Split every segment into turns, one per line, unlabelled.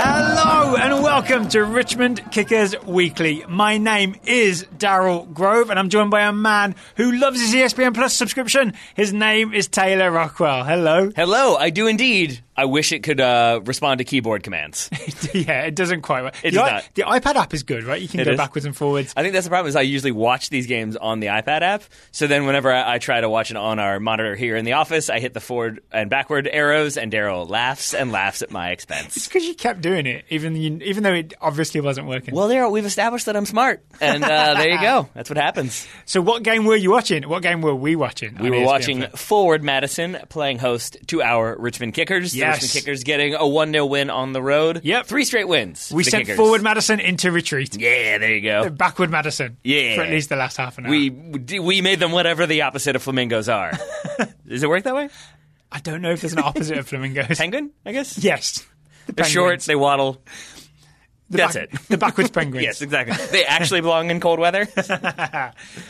Hello and welcome to Richmond Kickers Weekly. My name is Daryl Grove and I'm joined by a man who loves his E ESPN Plus subscription. His name is Taylor Rockwell. Hello.
Hello, I do indeed. I wish it could uh, respond to keyboard commands.
yeah, it doesn't quite work.
It
the,
does
i-
not.
the iPad app is good, right? You can
It
go
is.
backwards and forwards.
I think that's the problem is I usually watch these games on the iPad app. So then whenever I, I try to watch it on our monitor here in the office, I hit the forward and backward arrows, and Daryl laughs and laughs at my
It's
expense.
because you kept doing it, even you, even though it obviously wasn't working.
Well, Daryl, we've established that I'm smart, and uh, there you go. That's what happens.
So, what game were you watching? What game were we watching? on
We
E
were
ESPN
watching
Plus?
Forward Madison playing host to our Richmond Kickers.
Yes.
The Richmond Kickers getting a 1 0 win on the road.
Yep.
Three straight wins.
We
for the
sent
Kickers.
forward Madison into retreat.
Yeah, there you go.
Backward Madison.
Yeah.
For at least the last half an hour.
We we made them whatever the opposite of flamingos are. Does it work that way?
I don't know if there's an opposite of flamingos.
Penguin, I guess.
yes. The
They're short.
penguins.
They waddle.
The
that's
back-
it.
The backwards penguins.
Yes, exactly. They actually belong in cold weather.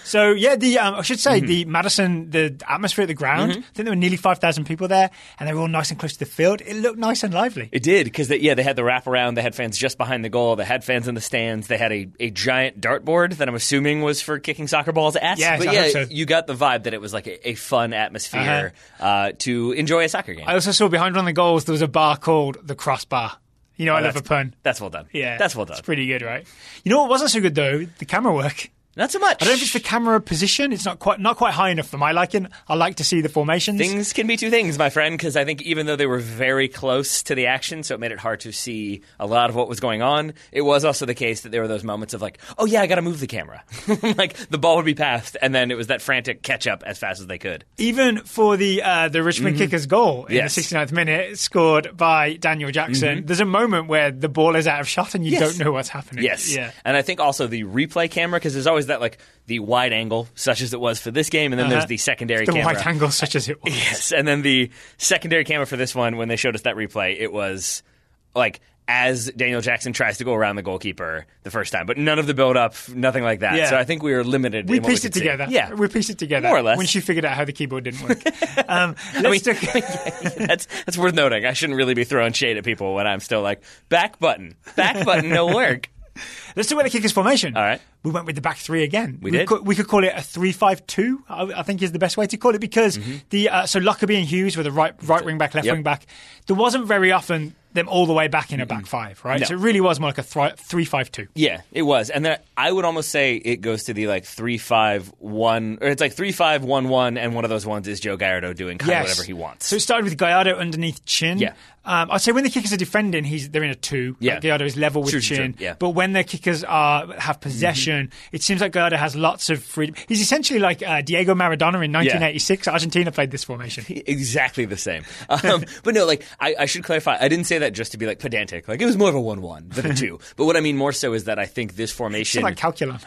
So yeah, the um, I should say the Madison, the atmosphere at the ground. I think there were nearly five thousand people there, and they were all nice and close to the field. It looked nice and lively.
It did because yeah, they had the wraparound. They had fans just behind the goal. They had fans in the stands. They had a, a giant dartboard that I'm assuming was for kicking soccer balls at.
Yes,
but
I
yeah,
hope so.
you got the vibe that it was like a, a fun atmosphere uh to enjoy a soccer game.
I also saw behind one of the goals there was a bar called the Crossbar. You know, I love a
that's-
pun.
That's well done.
Yeah,
that's well done.
It's pretty good, right? You know what wasn't so good though? The camera work.
Not so much.
I don't know if it's the camera position. It's not quite not quite high enough for my liking. I like to see the formations.
Things can be two things, my friend, because I think even though they were very close to the action, so it made it hard to see a lot of what was going on, it was also the case that there were those moments of like, oh yeah, I got to move the camera. like the ball would be passed, and then it was that frantic catch up as fast as they could.
Even for the uh, the Richmond kickers goal in
Mm-hmm. Yes. Mm-hmm.
the 69th minute, scored by Daniel Jackson. There's a moment where the ball is out of shot and you
Yes.
don't know what's happening.
Yes.
Yeah.
And I think also the replay camera, because there's always that like the wide angle, such as it was for this game, and then there's the secondary
Uh-huh. the
camera.
wide angle, such as it was.
Yes, and then the secondary camera for this one, when they showed us that replay, it was like as Daniel Jackson tries to go around the goalkeeper the first time, but none of the build up, nothing like that.
Yeah.
So I think we were limited.
We
in what
pieced
we
it
could see.
together.
Yeah,
we pieced it together.
More or less.
When she figured out how the keyboard didn't work. um, let's
I mean,
look-
that's that's worth noting. I shouldn't really be throwing shade at people when I'm still like back button, back button, no work.
Let's do the kicker's formation.
All right.
We went with the back three again. We,
did?
Could, we could call it a three-five-two. I, I think is the best way to call it because the uh, so Lockerbie and Hughes were the right right wing back, left
Mm-hmm. Yep.
wing back. There wasn't very often them all the way back in a back five, right?
No.
So it really was more like a thri- three-five-two.
Yeah, it was, and then I would almost say it goes to the like three five one, or it's like three five one one, and one of those ones is Joe Gallardo doing kind of whatever he wants.
So it started with Gallardo underneath Chin.
Yeah.
Um, I'd say when the kickers are defending, he's they're in a two.
Yeah.
Like Gallardo is level with
True, true,
Chin.
true. Yeah. Mm-hmm.
But when the kickers are have possession, it seems like Gallardo has lots of freedom. He's essentially like uh, Diego Maradona in 1986. Argentina played this formation.
exactly the same. Um, but no, like I, I should clarify, I didn't say that just to be like pedantic. Like it was more of a one-one than a two. but what I mean more so is that I think this
It's
formation,
like Calculum.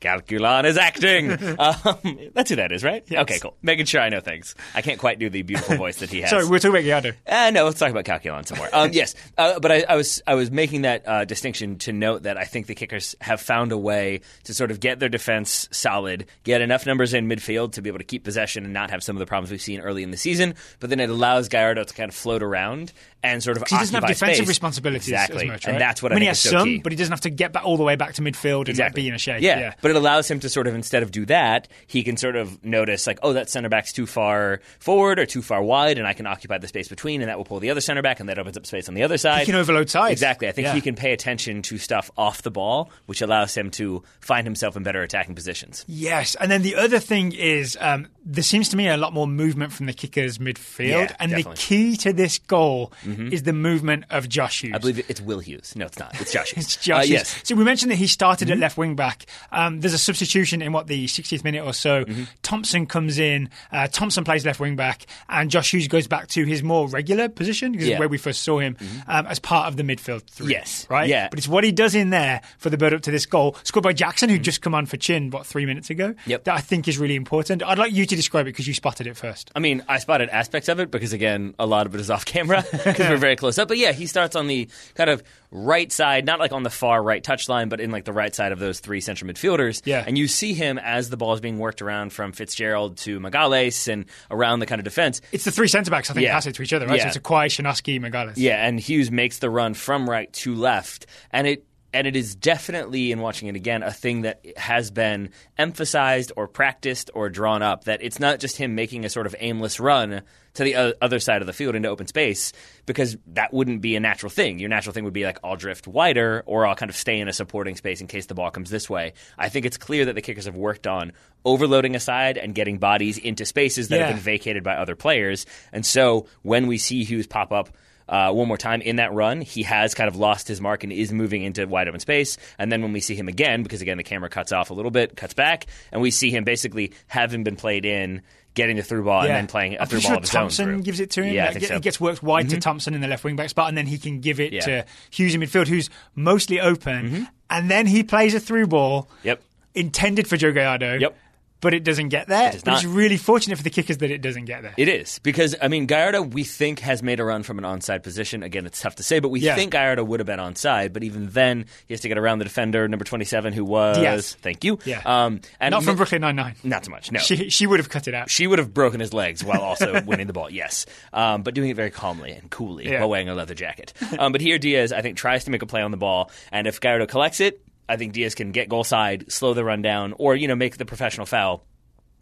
Calculon is acting. um, that's who that is, right?
Yes.
Okay, cool. Making sure I know things. I can't quite do the beautiful voice that he has.
Sorry, we were talking about Gallardo.
Uh, no, let's talk about Calculon some more. Um, yes, uh, but I, I was I was making that uh, distinction to note that I think the kickers have found a way to sort of get their defense solid, get enough numbers in midfield to be able to keep possession and not have some of the problems we've seen early in the season. But then it allows Gallardo to kind of float around and sort of
He doesn't have
occupy
defensive
space.
responsibilities
exactly,
as much, right?
and that's what I,
mean. he
think
has
is so
some,
key.
but he doesn't have to get back all the way back to midfield and like, be in a shape.
Yeah. but it allows him to sort of instead of do that, he can sort of notice like, oh, that center back's too far forward or too far wide, and I can occupy the space between, and that will pull the other center back, and that opens up space on the other side.
can overload sides.
Exactly. I think
Yeah.
he can pay attention to stuff off the ball, which allows him to find himself in better attacking positions.
Yes, and then the other thing is um, there seems to me a lot more movement from the kickers midfield,
Yeah,
and the
definitely. Mm-hmm.
key to this goal is the movement of Josh Hughes.
I believe it's Will Hughes. No, it's not. It's Josh. Hughes.
it's Josh.
Uh,
Hughes.
yes. Mm-hmm.
So we mentioned that he started at left wing back. Um, Um, there's a substitution in what the 60th minute or so.
Mm-hmm.
Thompson comes in. Uh, Thompson plays left wing back, and Josh Hughes goes back to his more regular position because
Yeah. Mm-hmm.
where we first saw him um, as part of the midfield three.
Yes.
right.
Yeah.
but it's what he does in there for the build up to this goal scored by Jackson, who just come on for Chin what three minutes ago.
Mm-hmm. Yep.
that I think is really important. I'd like you to describe it because you spotted it first.
I mean, I spotted aspects of it because, again, a lot of it is off camera because we're very close up. But yeah, he starts on the kind of right side, not like on the far right touchline, but in like the right side of those three central midfielders.
Yeah.
And you see him as the ball is being worked around from Fitzgerald to Magales and around the kind of defense.
It's the three centre backs I think
Yeah.
pass it to each other, right? So
Yeah.
it's Akwai, Shanoski, Magalis.
Yeah, and Hughes makes the run from right to left, and it and it is definitely in watching it again a thing that has been emphasized or practiced or drawn up that it's not just him making a sort of aimless run to the o- other side of the field into open space because that wouldn't be a natural thing. Your natural thing would be like I'll drift wider or I'll kind of stay in a supporting space in case the ball comes this way. I think it's clear that the kickers have worked on overloading a side and getting bodies into spaces that
Yeah.
have been vacated by other players. And so when we see Hughes pop up uh, one more time in that run, he has kind of lost his mark and is moving into wide open space. And then when we see him again, because again, the camera cuts off a little bit, cuts back, and we see him basically having been played in, getting the through ball, and then playing a
I'm
through
pretty
ball
sure
of his
Thompson
own. through.
gives it to him.
Yeah, I
Like,
think
get-
so. Mm-hmm.
It gets worked wide to Thompson in the left wing back spot, and then he can give it
Yeah. Mm-hmm.
to Hughes in midfield, who's mostly open. And then he plays a through ball
Yep.
intended for Joe Gallardo,
Yep.
but it doesn't get there.
does
But it's
not.
really fortunate for the kickers that it doesn't get there.
It is because I mean Gallardo we think has made a run from an onside position. Again, it's tough to say, but we
Yeah.
think Gallardo would have been onside. But even then, he has to get around the defender number twenty-seven, who was
Diaz.
thank you.
Yeah.
Um, and
Not from
ma-
Brooklyn Nine Nine.
Not so much. No,
She, she would have cut it out.
she would have broken his legs while also winning the ball, yes. Um, but doing it very calmly and coolly
Yeah.
while wearing a leather jacket. Um, but here Diaz, I think, tries to make a play on the ball. And if Gallardo collects it, I think Diaz can get goal side, slow the run down, or, you know, make the professional foul.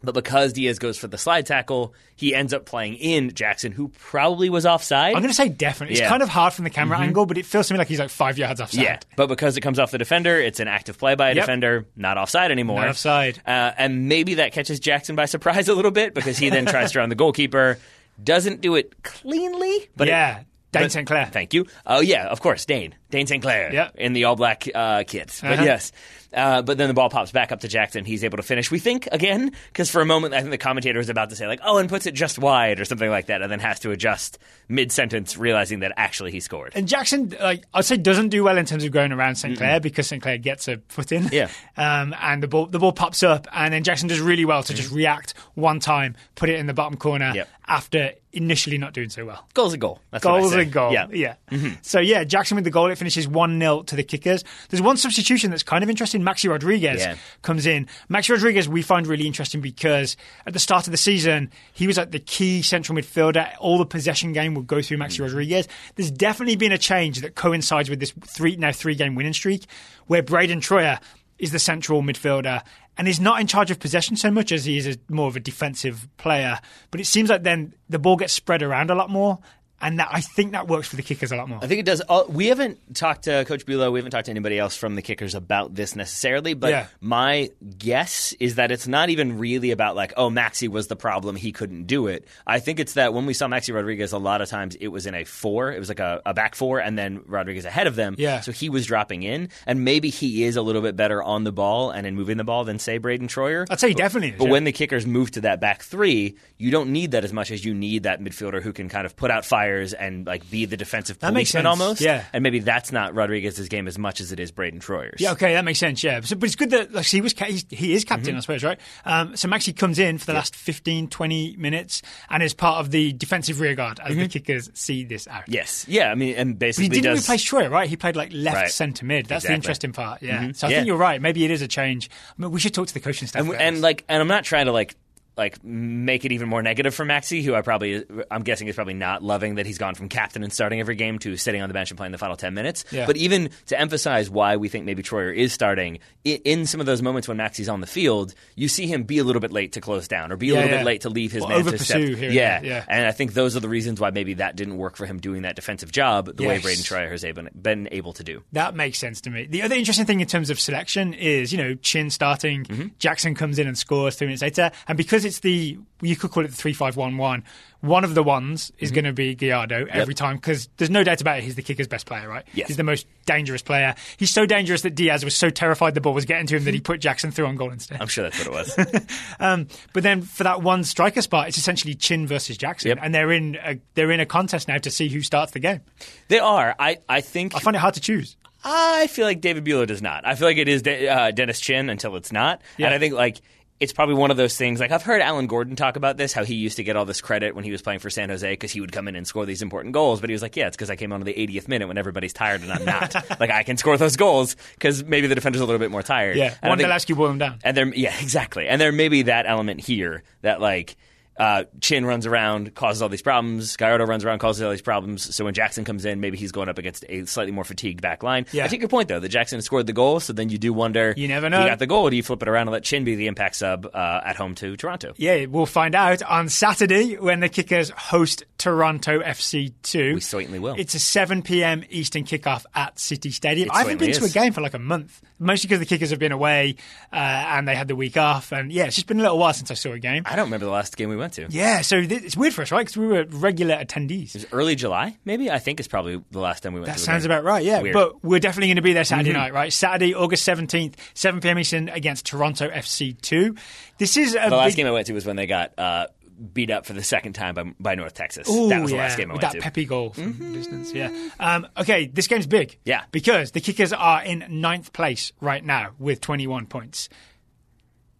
But because Diaz goes for the slide tackle, he ends up playing in Jackson, who probably was offside.
I'm going to say definitely. It's
Yeah. Mm-hmm.
kind of hard from the camera angle, but it feels to me like he's like five yards offside.
Yeah, but because it comes off the defender, it's an active play by a
Yep.
defender, not offside anymore.
Not offside.
Uh, and maybe that catches Jackson by surprise a little bit because he then tries to run the goalkeeper, doesn't do it cleanly, but it-
yeah. Dane
but-
St. Clair.
Thank you. Oh yeah, of course, Dane, Dane St. Clair,
Yep.
in the all black uh, kit. But
Uh-huh.
yes, uh, but then the ball pops back up to Jackson. He's able to finish. We think again because for a moment I think the commentator was about to say like, oh, and puts it just wide or something like that, and then has to adjust mid sentence, realizing that actually he scored.
And Jackson, like I'd say, doesn't do well in terms of going around St Clair because St Clair gets a foot in,
Yeah.
um, and the ball the ball pops up, and then Jackson does really well to just react one time, put it in the bottom corner
Mm-hmm. Yep.
after initially not doing so well.
Goal's a goal. That's what I
Goal's
say.
a goal.
Yeah. Mm-hmm.
So yeah, Jackson with the goal. It finishes one 0 to the kickers. There's one substitution that's kind of interesting. Maxi Rodriguez
Yeah.
comes in. Maxi Rodriguez we find really interesting because at the start of the season he was like the key central midfielder. All the possession game would go through
Mm.
Maxi Rodriguez. There's definitely been a change that coincides with this three now three game winning streak where Braden Troyer is the central midfielder. And is not in charge of possession so much as he is a, more of a defensive player. But it seems like then the ball gets spread around a lot more, and that I think that works for the kickers a lot more.
I think it does. Uh, we haven't talked to Coach Bulow. We haven't talked to anybody else from the Kickers about this necessarily. But
Yeah.
my guess is that it's not even really about like, oh, Maxi was the problem. He couldn't do it. I think it's that when we saw Maxi Rodriguez, a lot of times it was in a four. It was like a, a back four, and then Rodriguez ahead of them.
Yeah.
So he was dropping in, and maybe he is a little bit better on the ball and in moving the ball than say Braden Troyer.
I'd say he definitely is.
But
yeah.
when the kickers move to that back three, you don't need that as much as you need that midfielder who can kind of put out fires and like be the defensive
That makes
policeman
sense.
almost.
Yeah.
And maybe that's not Rodriguez's game as much as it is Braden Troyer's.
yeah, okay, that makes sense. Yeah, so, but it's good that like, so he was ca- he's, he is captain,
Mm-hmm.
I suppose, right? Um, so Maxi comes in for the last 15, 20 minutes and is part of the defensive rearguard as the kickers see this out.
Yes. Mm-hmm. Yeah. I mean, and
But
basically
he didn't
does.
replace Troy, right? He played like left
Right.
centre mid. That's the
Exactly. Mm-hmm.
interesting part. Yeah. So I
Yeah.
think you're right. Maybe it is a change. I mean, we should talk to the coaching staff.
and,
about
and
this.
like, and I'm not trying to like. Like make it even more negative for Maxi, who I probably I'm guessing is probably not loving that he's gone from captain and starting every game to sitting on the bench and playing the final ten minutes.
Yeah.
But even to emphasize why we think maybe Troyer is starting i- in some of those moments when Maxi's on the field, you see him be a little bit late to close down or be a
Yeah,
little
yeah.
bit late to leave his
Or
man to
over-pursue here and
yeah,
there, yeah.
and I think those are the reasons why maybe that didn't work for him doing that defensive job the way
Yes.
Braden Troyer has been, been able to do.
That makes sense to me. The other interesting
Mm-hmm.
thing in terms of selection is, you know, Chin starting, Jackson comes in and scores three minutes later, and because because it's the you could call it the three five one one. One of the ones is
Mm-hmm.
going to be Guiardo every time because there's no doubt about it. He's the kicker's best player, right?
Yes.
He's the most dangerous player. He's so dangerous that Diaz was so terrified the ball was getting to him that he put Jackson through on goal instead.
I'm sure that's what it was.
Um, but then for that one striker spot, it's essentially Chin versus Jackson,
Yep.
and they're in a, they're in a contest now to see who starts the game.
they are. I, I think.
I find it hard to choose.
I feel like David Bueller does not. I feel like it is De- uh, Dennis Chin until it's not.
Yeah.
And I think like it's probably one of those things. Like I've heard Alan Gordon talk about this, how he used to get all this credit when he was playing for San Jose because he would come in and score these important goals. But he was like, yeah, it's because I came on to the 80th minute when everybody's tired and I'm not. like I can score those goals because maybe the defender's a little bit more tired.
Yeah,
And I think-
Wondolowski wore them down.
and there, yeah, exactly. And there may be that element here that like uh, Chin runs around, causes all these problems. Gallardo runs around, causes all these problems. So when Jackson comes in, maybe he's going up against a slightly more fatigued back line.
Yeah.
I take your point though that Jackson scored the goal, so then you do wonder.
You never know.
He got the goal. Do you flip it around and let Chin be the impact sub uh, at home to Toronto?
Yeah, we'll find out on Saturday when the Kickers host Toronto FC2.
We certainly will.
It's a 7 p.m. Eastern kickoff at City Stadium.
It
I haven't been
certainly
to a
is.
game for like a month, mostly because the Kickers have been away uh, and they had the week off. And yeah, it's just been a little while since I saw a game.
I don't remember the last game we went to.
Yeah, so th- it's weird for us, right? Because we were regular attendees.
It was early July, maybe. I think is probably the last time we went.
That
to a
sounds
game.
about right, yeah.
Weird. Mm-hmm.
But we're definitely going to be there Saturday night, right? Saturday, August 17th, 7 p.m. Eastern against Toronto FC2. This is a
The last
big
game I went to was when they got uh, beat up for the second time by, by North Texas.
Ooh,
that was the
yeah,
last game I
with
went
that
to.
Pepe goal from distance. Yeah. Um, okay, this game's big.
Yeah.
because the Kickers are in ninth place right now with 21 points.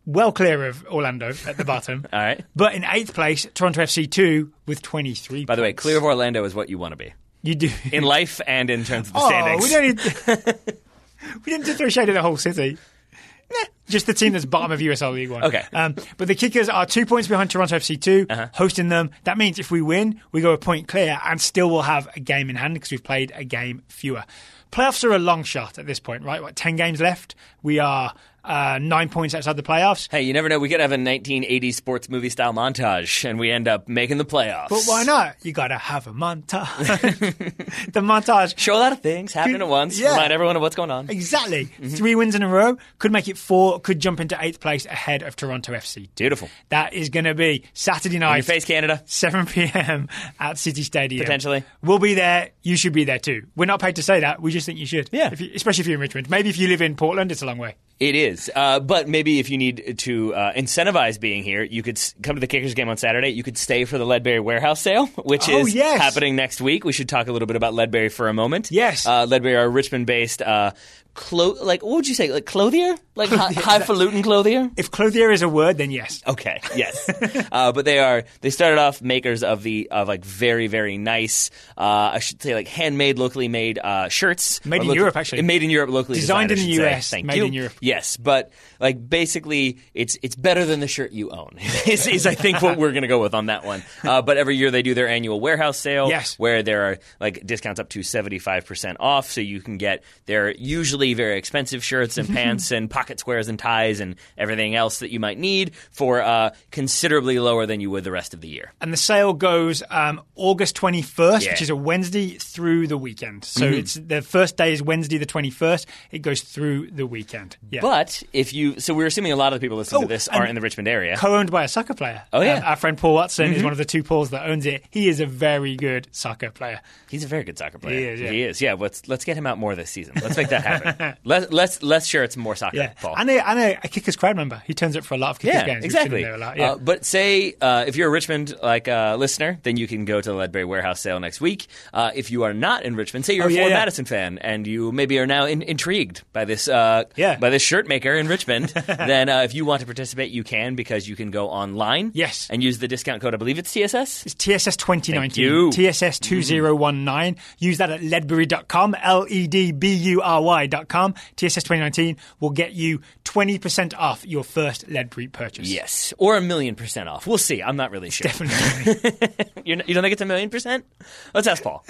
Well clear of Orlando at the bottom.
All right.
But in eighth place, Toronto FC two with 23.
By the way, clear of Orlando is what you want to be
you do.
in life and in terms of the
oh,
standings.
we don't need. we didn't just throw shade at the whole city. Just the team that's bottom of USL League One.
Okay. Uh-huh.
Um, but the Kickers are two points behind Toronto FC 2 hosting them. That means if we win, we go a point clear and still will have a game in hand because we've played a game fewer. Playoffs are a long shot at this point, right? What, 10 games left. We are uh, nine points outside the playoffs.
Hey, you never know. We could have a 1980s sports movie style montage, and we end up making the playoffs.
But why not? You got to have a montage. the montage
Show a lot of things happen at once.
Yeah.
Remind everyone of what's going on.
Exactly.
Mm-hmm.
Three wins in a row could make it four, could jump into eighth place ahead of Toronto FC.
Beautiful.
That is going to be Saturday
You
night,
face Canada.
7 p.m. at City Stadium.
Potentially.
We'll be there. You should be there too. We're not paid to say that. We just think you should.
Yeah.
If you, especially if you're in Richmond. Maybe if you live in Portland, it's a long way.
It is. Uh, but maybe if you need to uh, incentivize being here, you could s- come to the Kickers game on Saturday. You could stay for the Ledbury Warehouse sale, which
Oh,
is
yes.
happening next week. We should talk a little bit about Ledbury for a moment.
Yes.
Uh, Ledbury are Richmond based, uh, clo- like, what would you say? Like, clothier? Like, hi- highfalutin clothier?
If clothier is a word, then yes.
Okay. Yes. uh, but they are. They started off makers of the of like very very nice. Uh, I should say like handmade, locally made uh, shirts.
Made
Or
in
loc-
Europe, actually.
Made in Europe, locally
Designed
designed
in
I
the
should say.
US,
Thank
made
you.
in Europe.
Yes, but like basically, it's it's better than the shirt you own. is, is I think what we're gonna go with on that one. Uh, but every year they do their annual warehouse sale.
Yes.
Where there are like discounts up to seventy five percent off, so you can get their usually very expensive shirts and pants and pocket squares and ties and everything else that you might need for uh, considerably lower than you would the rest of the year.
And the sale goes um, August 21st,
Yeah. Mm-hmm.
which is a Wednesday through the weekend. So it's the first day is Wednesday the 21st. It goes through the weekend. Yeah.
But if you, so we're assuming a lot of the people listening
Oh,
to this
and-
aren't in the Richmond area.
co-owned by a soccer player. Um,
Oh, yeah. Mm-hmm.
our friend Paul Watson is one of the two Pauls that owns it. He is a very good soccer player.
He's a very good soccer player.
He is, yeah.
Let's let's get him out more this season. Let's make that happen. Let, let's let's share it's more soccer,
Yeah,
Paul.
and a, and a, a kickers crowd member. He turns up for a lot of kickers
yeah,
games. We've seen him
exactly.
there a lot, yeah.
Uh, but say uh, if you're a Richmond like uh, listener, then you can go to the Ledbury Warehouse sale next week. Uh, if you are not in Richmond, say you're
Oh,
a
yeah,
Ford
yeah.
Madison fan and you maybe are now in, intrigued by this uh,
Yeah.
by this shirt maker in Richmond, then uh, if you want to participate, you can because you can go online
Yes.
and use the discount code. I believe it's TSS.
It's TSS 2019.
you. Mm-hmm.
TSS 2019. Use that at ledbury.com, L E D B U R Y.com. TSS 2019 will get you 20% off your first Ledbury purchase.
Yes, or a million percent off. We'll see. I'm not really sure.
Definitely.
You're not, you don't think it's a million percent? Let's ask Paul.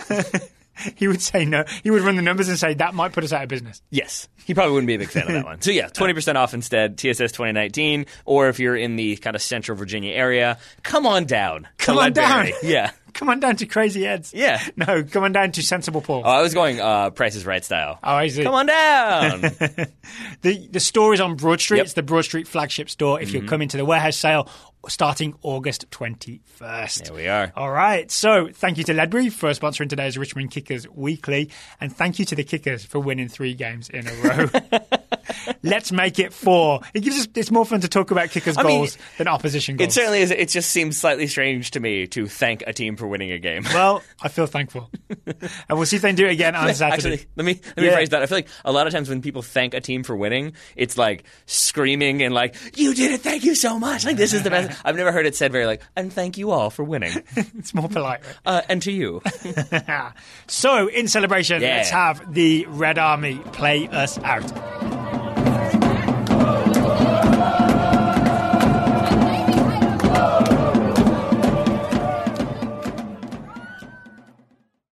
he would say no. He would run the numbers and say that might put us out of business.
Yes, he probably wouldn't be a big fan of that one. So yeah, twenty percent off instead. TSS twenty nineteen, or if you're in the kind of central Virginia area, come on down. to
Come on down.
Ledbury. Yeah.
Come on down to Crazy Heads.
Yeah.
No, come on down to Sensible Paul.
Oh, I was going uh, Price is Right style.
Oh, I see.
Come on down.
The the store is on Broad Street.
Yep. Mm-hmm.
It's the Broad Street flagship store. If you're coming to the warehouse sale, starting August 21st.
There we are.
All right. So thank you to Ledbury for sponsoring today's Richmond Kickers Weekly. And thank you to the Kickers for winning three games in a row. Let's make it four. It gives us, it's more fun to talk about Kickers'
I mean,
goals than opposition
It
goals.
certainly is. It just seems slightly strange to me to thank a team for winning a game.
well, I feel thankful. and we'll see if they can do it again on Saturday.
Actually, let me let me
Yeah.
phrase that. I feel like a lot of times when people thank a team for winning, it's like screaming and like "You did it! Thank you so much! Like this is the best." I've never heard it said very like "And thank you all for winning,
it's more polite, right?
uh, and to you."
so, in celebration,
Yeah.
let's have the Red Army play us out.